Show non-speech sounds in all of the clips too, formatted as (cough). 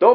どう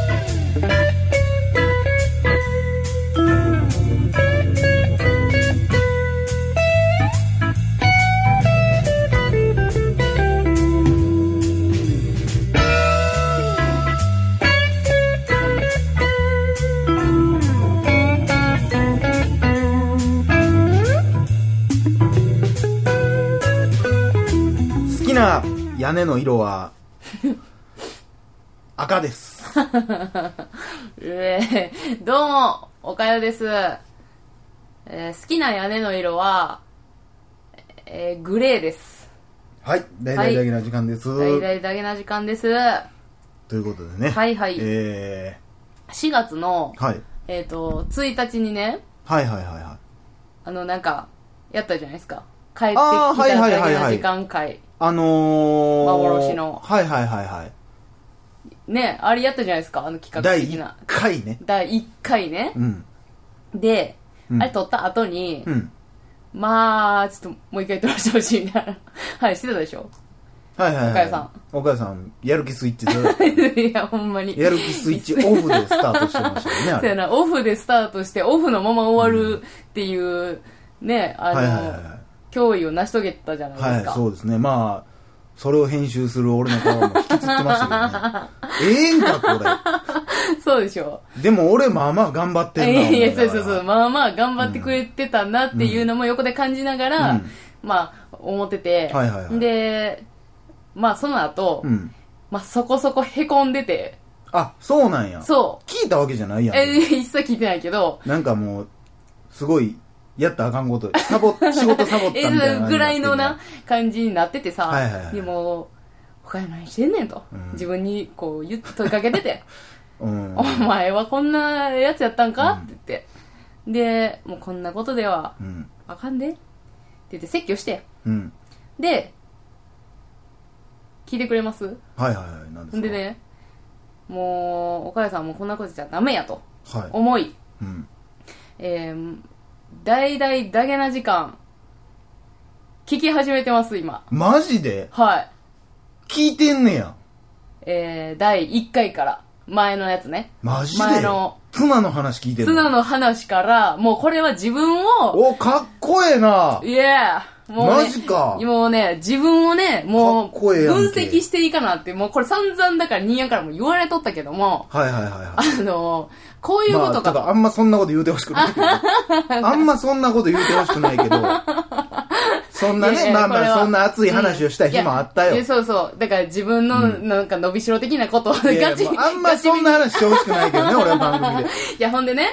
好きな屋根の色 (laughs) は、赤です。えー、どうも、おかよです。えー好きな屋根の色は、えーグレーです。はい、大々だけな時間です。大々だけな時間です。ということでね。はいはいえ4月のー、、はい。えっ、と、1日にね、はいはいはいはい。あの、なんか、やったじゃないですか。帰ってきあーはいたはいだはけいはない時間会。あのー、幻のはいはいはいはい。ね、あれやったじゃないですか、あの企画第的1な。回ね。第1回ねう。ん。で、うんあれ撮った後に、うん。まあ、ちょっともう一回撮らせてほしいみたいな。 (laughs) はい、してたでしょはいはいはい。おかゆさん。おかゆさん、やる気スイッチゼロ。 (laughs) いや、ほんまに。やる気スイッチオフでスタートしてましたよね、あ (laughs) そうれ。やな、オフでスタートして、オフのまま終わるっていう、ね、あの、はいはいはいはい脅威を成し遂げたじゃないではすい、か。そうですね。まあ、それを編集する俺の顔も引きつってましたけどね。ええんか、 (laughs) そうでしょ。これ。でも俺、まあまあ頑張っいてんな。 (laughs) やいや、そう思いなそうがそう。まあまあ頑張ってくれてたなっていうのも横で感じながら、うんまあ、思ってて、はいはいはいで、まあその後、らうん。まあそこそこ凹んでて、あ、そうなんや。そう。聞いたわけじゃないやん。え、一切聞いてないけど、なんかもう、すごい、やったらあかんこと、サボ、 (laughs) 仕事サボったみたいな感じになってんね。ぐらいのな感じになっててさ、はいはいはいでも他に何してんねんと、うん自分にこう言って問いかけててうん。 「うお前はこんなやつやったんか?」って言ってでもうこんなことではん。あかんでって言って説教してうん。で聞いてくれますはいはいはい。なんですかで。ねもう岡谷さんもこんなことじゃダメやとは思いい。うん。えー、大々だげな時間聞き始めてます今マジではい聞いてんねや。えー、第1回から、前のやつね。マジで前の、ツナの話聞いてるツナの話から、もうこれは自分を、お、かっこええな。いやもう、ね、マジかもうね、自分をね、かっもう、こええやんけ分析していかなって、もうこれ散々だから、ニーヤンからも言われとったけども、はいはいはいはい。あの、こういうまこあ、ちょとかっ、とあんまそんなこと言うてほしく (laughs) ないけど。あんまそんなこと言うてほしくないけど。そんないやいね、やまあこれまあ、はそんな熱い話をした日もあったよ。いいやそうそう。だから自分の、なんか、伸びしろ的なことを、やいやガチ、もうあんまそんな話してほしくないけどね、俺は番 (laughs) 組で。いや、ほんでね、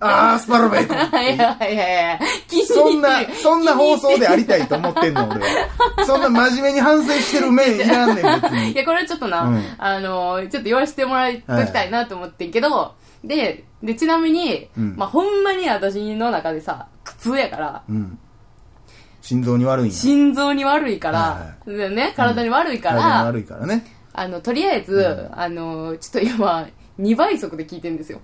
あー、スパロベイコン (laughs) いやいやいやいや、気にそん入ってな、るそんな放送でありたいと思ってんの、俺は。そんな真面目に反省してる面いらんねん、別いに。や、これはちょっとな、うんあのーちょっと言わせてもらいときたいなと思ってんけど、で、で、ちなみに、うんまあ、ほんまに私の中でさ、苦痛やから、うん。心臓に悪いんや。心臓に悪いかはら、でね、体に悪いから、体に悪いからね。あの、とりあえず、あのーちょっと今、2倍速で聞いてんですよ。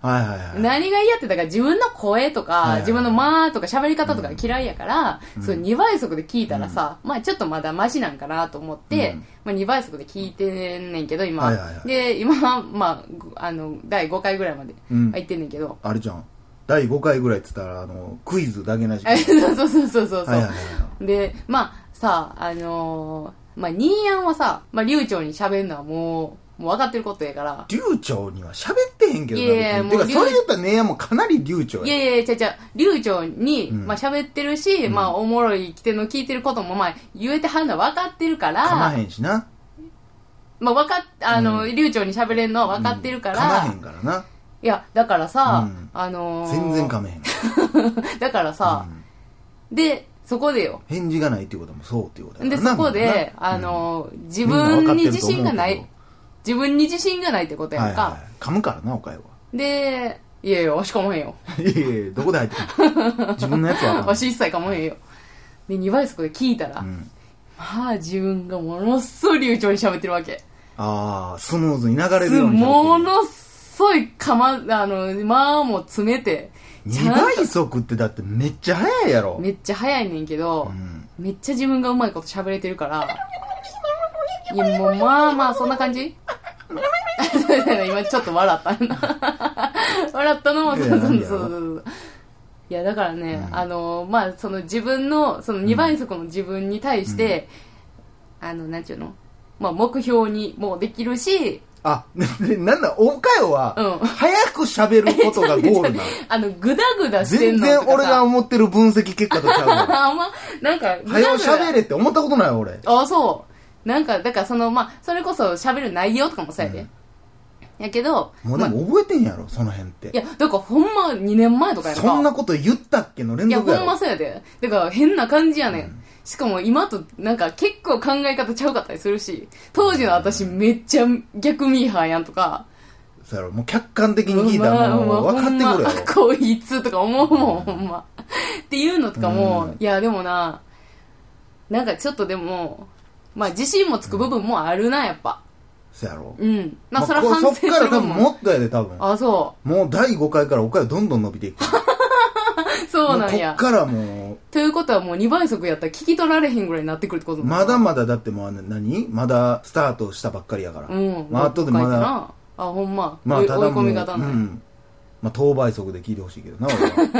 はいはいはい。何が嫌って、だから自分の声とか、いはい自分の間とか喋り方とか嫌いやから、そう2倍速で聞いたらさ、まあちょっとまだマシなんかなと思って、うんまあ2倍速で聞いてんねんけど、今。はいはいはいで、今、まあご、あの、第5回ぐらいまでうん入ってんねんけど。 (laughs) あれじゃん。第5回ぐらいって言ったら、あの、クイズだけなし。あ (laughs) そうそうそうそうそう。はいはいはで、まあさ、あのーまあ、ニーヤンはさ、まあ、流暢に喋るのはもう、もう分かってることやから、流暢には喋ってへんけどないやいや別にてもか、うそれ言ったらねやもかなり流暢いや。やいやいや、ちゃうちゃう流暢に、うんまあ喋ってるし、まあおもろい、きての聞いてることも、まあ言えてはんのは分かってるかかまら、へんしな。まあ分かっ、あの、流暢に喋れんのは分かってるから、まへんからな。いや、だからさ、うんあのー全然かめへん。 (laughs) だからさ、うんで、そこでよ。返事がないっていうこともそうっていうことやかで、らなそこで、みんななあのー自みんな分かっ分てると思にうけど自信がない、自分に自信がないってことやんか。はいはいはい噛むからな、おかよは。 (laughs) で、いやいや、わしかまへんよ。いやいや、どこで入ってくる (laughs) の自分のやつはあかわん。し一切かまへんよ。で、2倍速で聞いたら、うんまあ自分がものっそ流暢に喋ってるわけ。ああ、スムーズに流れるようになもってるのすごいかま、あの、間も詰めて、ち2ゃん倍速ってだってめっちゃ速いやろ。めっちゃ早いねんけど、うんめっちゃ自分がうまいこと喋れてるから、いや、もうまあまあ、そんな感じ (laughs) 今ちょっと笑ったな笑ったのも、そうそうそうそうそう。いや、だからね、うんあの、まあ、その自分の、その2倍速の自分に対して、あの、なんちゅうのまあ、目標にもできるし、あ、 (laughs) でなんだ、おかよは、うん早く喋ることがゴールなの。 (laughs) あの、ぐだぐだ (laughs) して全んの然とかさ俺が思ってる分析結果とち (laughs) ゃうわ。あんま、なんか、ぐ早だうぐだ喋れって思ったことないわ俺。あ、そう。なんか、だからその、まあ、それこそ喋る内容とかもそうやで。やけど、もうでまあも覚えてんやろ、その辺っいて。や、だからほんま2年前とかやんか。そんなこと言ったっけの連いや、続やほんまろ。そうやで。だから変な感じやねん。しかも今となんか結構考え方ちゃうかったりするし、当時の私めっちゃ逆ミーハーやんとか。そうやろ、もう客観的に聞いたらもう分かってくるやほんろ。まこいつとか思うもん、ほんま。 (laughs) っていうのとかも、うんいや、でもな、なんかちょっとでも、まあ自信もつく部分もあるな、やっぱ。そうやろ。うん。まあ、それまあはこ反省そすっからる多と分思う。もっとやで、多分。あ、そもう第5回からおかよどんどん伸びていく。う。 (laughs) そうなんもやこ。っからもう、ということはもう2倍速やったら聞き取られへんぐらいになってくるってことなのまだまだだってもうあの何まだスタートしたばっかりやから。うん。まあ後でま書いてだ、なあ、ほんま。まあ追いただもう、追うい込み方ない。 (laughs) ん。まあ等倍速で聞いてほしいけどな、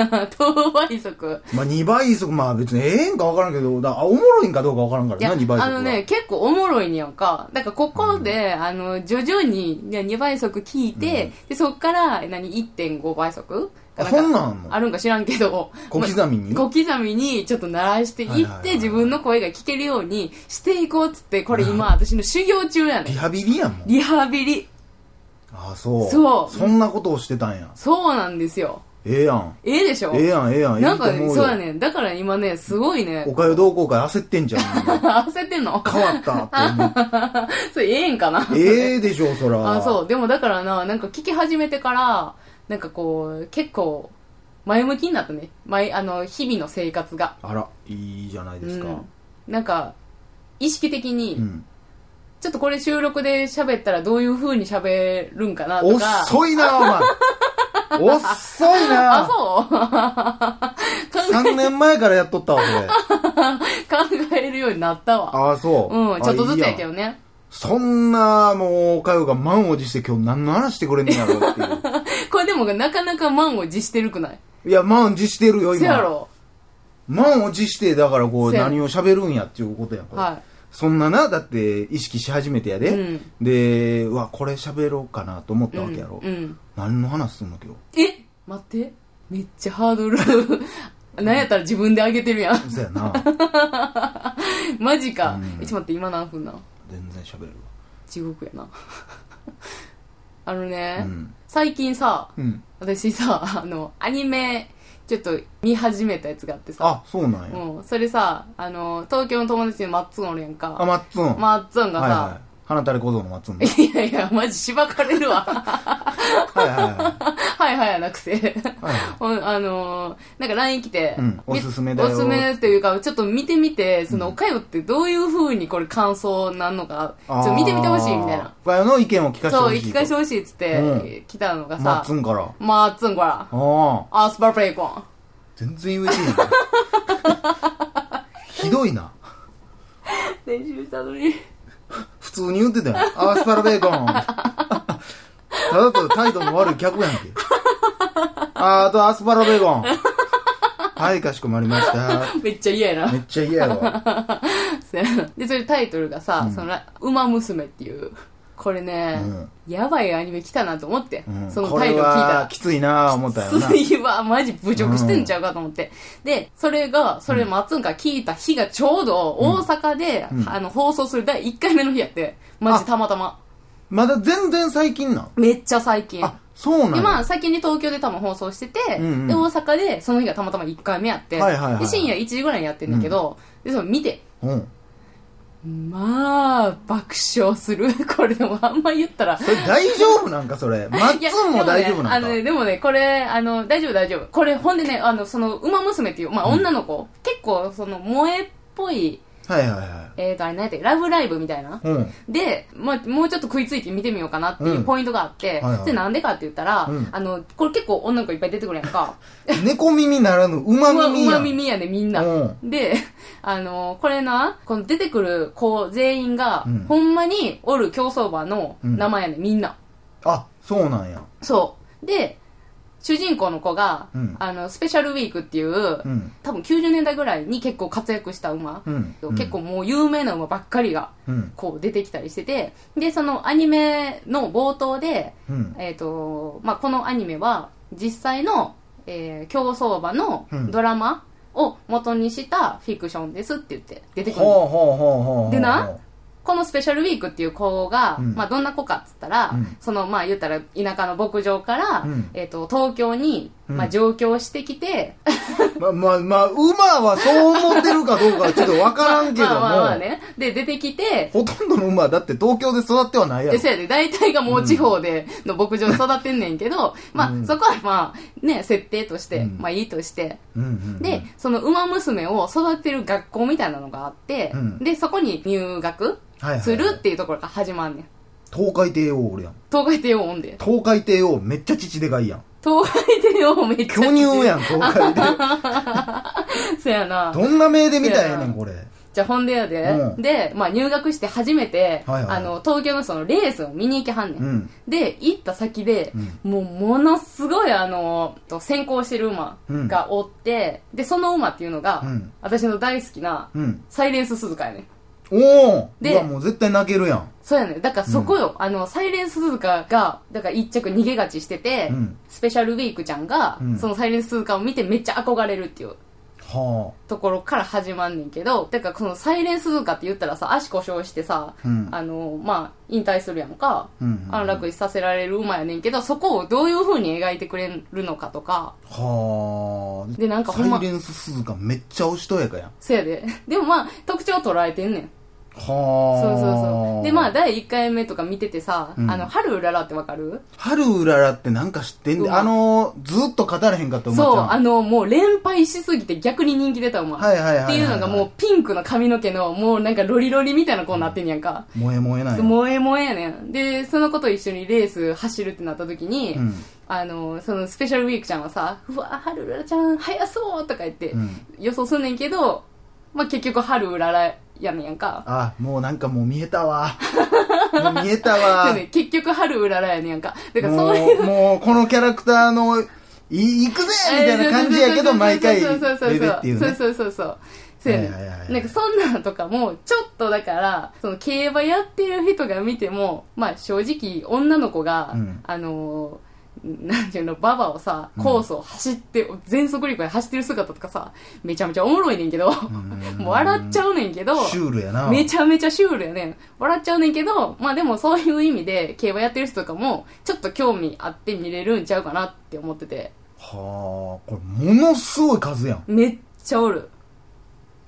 俺は。 (laughs) 等倍速。まあ2倍速、まあ別にええんかわからんけど、だあおもろいんかどうかわからんかいや、らあな、2倍速は。のね、結構おもろいんやんか。だからここで、あの、徐々に2倍速聞いて、で、そっから、何、1.5倍速あかそんかなんあんのあるんか知らんけど。 (laughs) 小刻みに、小刻みにちょっと鳴らしていって、はいはいはい自分の声が聞けるようにしていこうっつって、これ今私の修行中やねリん。ハビリやんもん。リハビリ。ああ、そう。そうそんなことをしてたんや。そうなんですよ。ええやん。ええでしょええやん、ええやん。なんかいいとね、思そうやよ。ねん。だから今ね、すごいねお。かよ同好会焦ってんじゃん。みんな (laughs) 焦ってんの変わったって思 (laughs) う。それええんかなええでしょ、そら。あ、そう。でもだからな、なんか聞き始めてから、なんかこう、結構、前向きになったね。前、あの、日々の生活が。あら、いいじゃないですか。うんなんか、意識的に、うん。ちょっとこれ収録で喋ったらどういう風に喋るんかなとか。遅いな、お前。遅い (laughs) あ、な。そう3年前からやっとったわ、そ (laughs) れ。考えるようになったわ。ああ、そう。うん、ちょっとずあつやいいけどね。そんな、もう、おかよが満を持して今日何の話してくれんのやろうって (laughs) いう。これでもなかなか満を持してるくないいや、満を持してるよ、今。せやろ。満を持して、だからこう、せや何を喋るんやっていうことやから。はそんなな、だって、意識し始めてやで。うんで、うわ、これ喋ろうかなと思っい。たわけやろ。うんうん。何の話すんの、今日。え待って。めっちゃハードル。 (laughs) なんやったら自分で上げてるやん。そや (laughs) な。マジうかん。え、ちょっと待って、今何分なん全然喋れる地獄やな。 (laughs) あのわ。ね、うん。最近さ、うん。私さ、あ (laughs) の、アニメ、ちょっと見始めたやつがあってさ、あ、そうなんや。うん、それさ、あの、東京の友達のマッツンおるやんあ、か。マッツン。マッツンがはいはさ、い。花垂れ小僧のマッ (laughs) ツンね。いやいや、マジしばかれるわ。 (laughs) はいはいははいはいやなく (laughs) て。い。はいはほんあのーなんか LINE 来て、うんおすすめだよおすすめっていうか、ちょっと見てみて、その、おかよってどういう風にこれ感想なんのか、ちょいっと見てみてほしいみたいあな。ー。おかよの意見を聞かせてそほう、し生いと。き返してほしいっつって、う来たのがマッさツ、ンから。あまあ、つんごら、あ。アスパラプレイコン。全然言えて (laughs) ないひどいな練習したのに。普通に言ってたよアスパラベーコンただと態度の悪い客やんけああとアスパラベーコンはいかしこまりましためっちゃ嫌やな。めっちゃ嫌やわ (laughs) で、それタイトルがさ、そのら、馬娘っていう。これね、やばいアニメ来たなと思って、うんそのこタイれトル聞いたらは。きついなあ思ったよなつい (laughs) はマジ侮辱してんちゃうかと思って。で、それが、それ松んか聞いた日がちょうど大阪で、うんあの、放送する第1回目の日やって、マジたまたま。まだ全然最近なんめっちゃ最近。あそうなんで、まあ、や先に東京で多分放送してて、うんうんで、大阪でその日がたまたま1回目やって、はいはいはいで、深夜1時ぐらいにやってんだけど、で、その見て、うんまあ、爆笑する。 (laughs) これでもあんま言ったら、それ大丈夫なんかそれマッいやツンも大丈夫なんでもね、あかのね、でもね、これ、あの、大丈夫大丈夫。これ、ほんでね、あの、その、馬娘っていう、まあ、女の子、結構、その、萌えっぽいはいはいはえーと、あれ何やって、ラブライブみたいな。い。うん。で、まあ、もうちょっと食いついて見てみようかなっていううんポイントがあって、はいはいで、なんでかって言ったら、うんあの、これ結構女の子いっぱい出てくるやんか。猫耳ならぬ、馬うま耳やん。ま耳やね、みんな。うで、あの、これな、この出てくる子全員が、うんほんまにおる競走馬の名前やね、みんな。あ、そうなんや。そう。で、主人公の子が、うんあの、スペシャルウィークっていう、うん。多分90年代ぐらいに結構活躍した馬、うん。結構もう有名な馬ばっかりが、うん。こう出てきたりしてて、で、そのアニメの冒頭で、うん。えっ、と、まあ、このアニメは、実際の、えー競走馬のうんドラマを元にしたフィクションですって言って出てくほうる。ほうほうほうほう。でなこのスペシャルウィークっていう子が、うんまあ、どんな子かっつったら、うんその、まあ、言ったら田舎の牧場から、うんえっ、と、東京に、うんまあ、上京してきて、ま、ま、ま、馬はそう思ってるかどうかはちょっとわからんけど (laughs) まあまあまあも、ね。で、出てきて、ほとんどの馬はだって東京で育ってはないやで、ろ。そうやで、大体がもう地方での牧場で育ってんねんけど、うまあ、んそこはまあ、ね、設定として、うんまあいいとして。うんうん。で、その馬娘を育てる学校みたいなのがあって、うんで、そこに入学はいはいするっていうところから始まんねん。東海帝王おるやん。東海帝王おんで。東海帝王めっちゃ乳でかいやん。東海帝王めっちゃ。巨乳やん、東海帝王。そやな。どんな目で見たらええねん、これ。じゃあほんでやで、うんで、まあ入学して初めて、はいはいあの、東京のそのレースを見に行きはんねん。うん。で、行った先で、もうものすごいあの、と先行してる馬がおって、で、その馬っていうのが、うん私の大好きな、うん。サイレンス鈴鹿やねん。おおでうわ、もう絶対泣けるやん。そうやねん。だからそこよ、あの、サイレンス鈴鹿が、だから一着逃げ勝ちしてて、うんスペシャルウィークちゃんが、うんそのサイレンス鈴鹿を見てめっちゃ憧れるっていう。はところから始まんねんけど、だからこのサイレンス鈴鹿って言ったらさ、足故障してさ、うんあの、まあ、引退するやんか、うんうんうん安楽死させられる馬やねんけど、そこをどういう風に描いてくれるのかとか、あ。はあ。でなんかほんまサイレンス鈴鹿めっちゃおしとやかやん。そやで。 (laughs) でもまあ、特徴捉えてんねん。はあ。そうそうそう。でまあ、、第1回目とか見ててさ、うんあの、春うららってわかる春うららってなんか知ってんで、うんあのー、ずっと語らへんかった馬ちゃん。そう、あの、もう連敗しすぎて逆に人気出た馬。はいはいはいはいっていうのがもうピンクの髪の毛の、もうなんかロリロリみたいな子になってんやんか。燃え燃えない。萌え萌えやねん。で、その子と一緒にレース走るってなった時に、うんあの、そのスペシャルウィークちゃんはさ、うわ、ハルウラちゃん、速そうとか言ってうん予想すんねんけど、まあ、結局、ハルウララやねんやんか。あ、もうなんかもう見えたわ。もう見えたわ。でね結局、ハルウララやねんやんか。だから、もそういうう、もうこのキャラクターの、い、行くぜみたいな感じやけど、毎回、そうそうそう出るっていうね。そうそうそうそうそうやねんはいはいはいはいなんかそんなんとかもちょっとだからその競馬やってる人が見てもまあ正直女の子が、うんあのーなんていうのババをさコースを走って、全速力で走ってる姿とかさめちゃめちゃおもろいねんけど、もう笑っちゃうねんけどシュールやな。めちゃめちゃシュールやねん。笑っちゃうねんけど、まあでもそういう意味で、競馬やってる人とかも、ちょっと興味あって見れるんちゃうかなって思ってて。はあ、これものすごい数やん。めっちゃおる。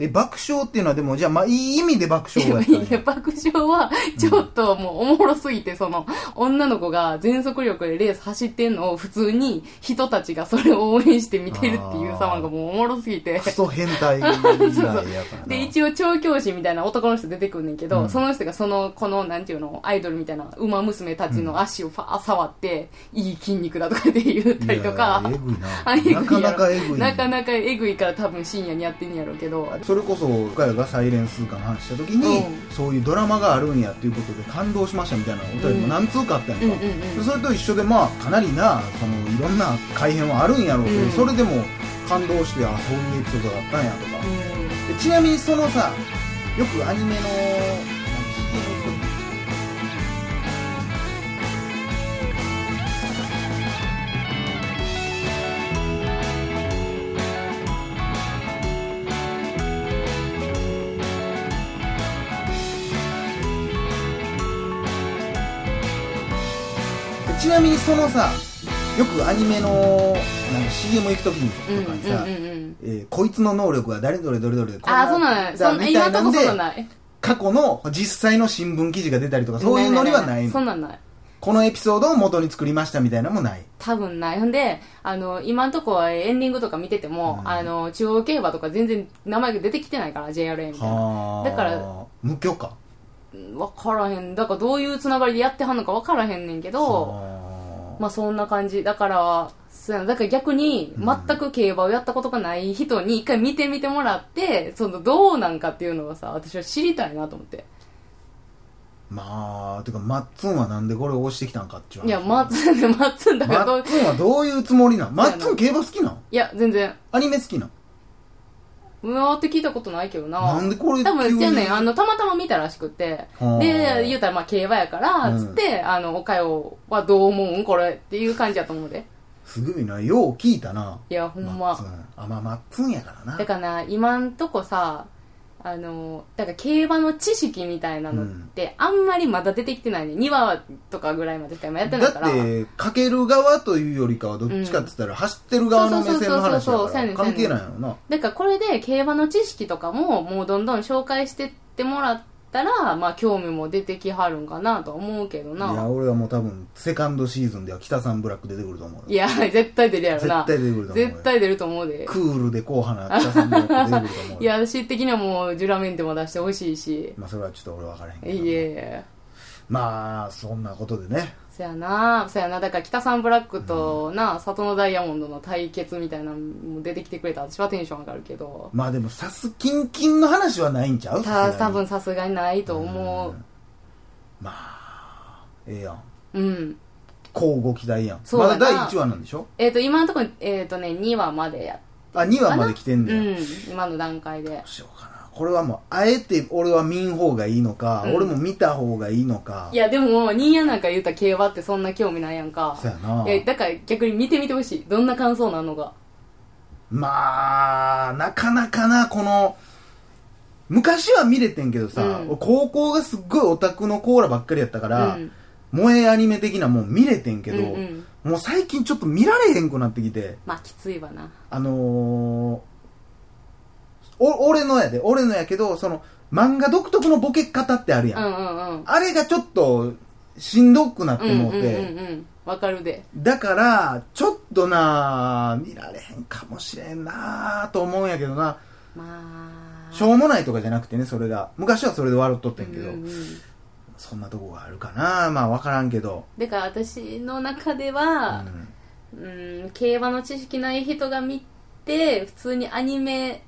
え、爆笑っていうのはでも、じゃあ、まあ、いい意味で爆笑やったんやいや、爆笑は、ちょっともうおもろすぎて、その、女の子が全速力でレース走ってんのを普通に人たちがそれを応援して見てるっていう様がもうおもろす (laughs) ぎてク。ソ変態ぐらいやからなで、一応調教師みたいな男の人出てくんねんけど、うんその人がその、この、なんていうの、アイドルみたいな、馬娘たちの足をファー触って、いい筋肉だとかって言ったりとかいや、えぐいあえぐいやな。なかなろかえぐいな。なかなかえぐいから多分深夜にやってんやろうけど、それこそ僕らが「サイレンスーカー」の話した時に、うそういうドラマがあるんやっていうことで感動しましたみたいなお便りも何通かあったやんか、うんうんうんうんでそれと一緒でまあかなりなそのいろんな改変はあるんやろうけど、うんそれでも感動してあそういうエピソードがあったんやとかう、ん、でちなみにそのさよくアニメの CM とかちなみにそのさよくアニメのなんか CM 行く時にとかにさ、うんうんうんうん。えーこいつの能力は誰どれどれどれあー、そうなのそんな、みた今いんとなこんでそうない。過去の実際の新聞記事が出たりとかそういうノリはないそのんなんない。このエピソードを元に作りましたみたいなのもない。多分ない。ほんで、あの、今んとこはエンディングとか見てても、あの、中央競馬とか全然名前が出てきてないから、JRA みたいな。はだから、無許可。わからへん。だからどういうつながりでやってはんのかわからへんねんけど、はまあそんな感じ。だから、そうやなだから逆に、全く競馬をやったことがない人に一回見てみてもらって、その、どうなんかっていうのがさ、私は知りたいなと思って。あまあ、てか、マッツンはなんでこれを押してきたんかっていう話いや、マッツンで、マッツンだマからどッう、ツンはどういうつもりなんマやなッツン競馬好きなんいや、全然。アニメ好きなんうわーって聞いたことないけどな。なんでこれ多分、じゃあね、急にあの、たまたま見たらしくてはあ。で、言うたら、まあ、競馬やから、うんつって、あの、おかよはどう思うんこれっていう感じやと思うで。すごいな、よう聞いたな。いや、ほんマッツま。ン。あ、まあ、マッツンやからな。だからな、今んとこさ、あの、だから競馬の知識みたいなのって、あんまりまだ出てきてないね。2話とかぐらいまでしか今やってないから。だって、かける側というよりかは、どっちかって言ったら、走ってる側の目線の話そうそうそうそうだそうかやねら、ん関係ないのな。だからこれで競馬の知識とかももうどんどん紹介してってもらったらまあ興味も出てきはるんかなとは思うけどいや、な俺はもう多分、セカンドシーズンでは北さんブラック出てくると思ういよ。や絶対出るやろ絶な対出てくると思うよ。絶対出ると思うでクールで硬派な北さんブラック出てくると思ういよ。や私的にはもうジュラメンテも出してほしいしまあ、それはちょっと俺分からへんけいえど。いえまあ、そんなことでね。そやなそやなだから北さんブラックとな、里のダイヤモンドの対決みたいなのも出てきてくれたら私はテンション上がるけどまあでも、さす、キンキンの話はないんちゃうさたすが多に分さすがにないと思まあ、ええやん。ううんこうご期待やん。そうやまだな第1話なんでしょえっ、と今のところ、えっとね2話までやっあ、2話まで来てんだよ。うん、今の段階でどう。しようかな。これはもう、あえて俺は見ん方がいいのか、うん俺も見た方がいいのか。いや、でも、新谷なんか言うたら競馬ってそんな興味ないやんか。そうやないや、だから逆に見てみてほしい。どんな感想なのが。まあ、なかなかな、この、昔は見れてんけどさ、うん俺高校がすっごいオタクのコーラばっかりやったから、うん萌えアニメ的なもん見れてんけど、うんうんもう最近ちょっと見られへんくなってきて、まあ、きついわな。あのー、お俺のやで、俺のやけど、その、漫画独特のボケ方ってあるやうんうんうん。あれがちょっと、しんどくなってうんもううんて、うんうん。わかるで。だから、ちょっとな、見られへんかもしれんなと思うんやけどな、まあ。しょうもないとかじゃなくてね、それが。昔はそれで笑っとってんけど、うんうんそんなとこがあるかなまあわからんけど。だから私の中でうは、ん、うん、競馬の知識ない人が見て、普通にアニメ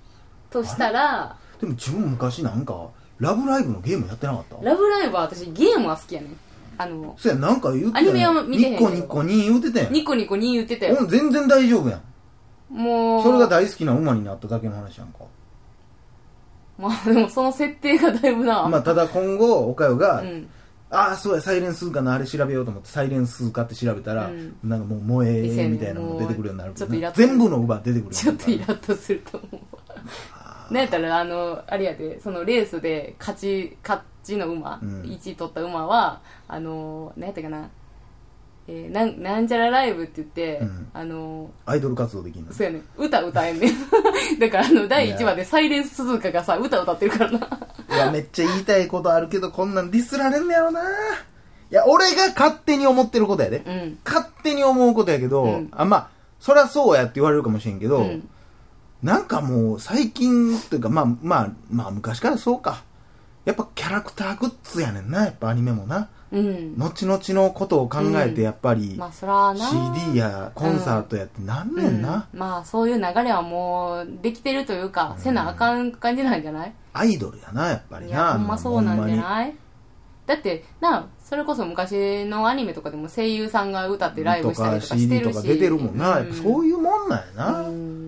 としたら、でも自分昔なんか、ラブライブのゲームやってなかったラブライブは私ゲームは好きやねん。あの、そうや、なんか言ってたやんアニメは見てへんニッけどコニッコに言うてたやん。ニコニコに言ってたよ。うん全然大丈夫やん。もう、それが大好きな馬になっただけの話やんか。まあでもその設定がだいぶな。まあただ今後、おかよが、うん。ああそうやサイレンスーカーのあれ調べようと思ってサイレンスーカーって調べたら、うんなんかもう萌いいえ線みたいなのが出てくるようになるもうちょっとイラッと全部の馬出てくるちょっとイラッッとすると思うわ。なんやったら、あの、あれやで、そのレースで勝ち、勝ちの馬、うん1位取った馬は、あの、なんやったかな、えーなん、なんちゃらライブって言って、うんあの、アイドル活動できんのそうやねん歌歌えんねん。 (laughs) だからあの、第1話でサイレンス鈴鹿がさ、歌歌ってるからな。 (laughs) いやめっちゃ言いたいことあるけどこんなんディスられんねやろないや俺が勝手に思ってることやで、うん。勝手に思うことやけど、うんあまあそりゃそうやって言われるかもしれんけど、うんなんかもう最近というかまあまあまあ昔からそうかやっぱキャラクターグッズやねんなやっぱアニメもなうん。後々のことを考えてやっぱり、まあそらな。 CD やコンサートやってなんねんな、うん、まあそういう流れはもうできてるというか、せなあかん感じなんじゃないアイドルやなやっぱりいなやほんまそうなんじゃいないだってなそれこそ昔のアニメとかでも声優さんが歌ってライブしたりとかしてるしとか CD とか出てるもんな、やっぱそういいうもんなんやうな、ん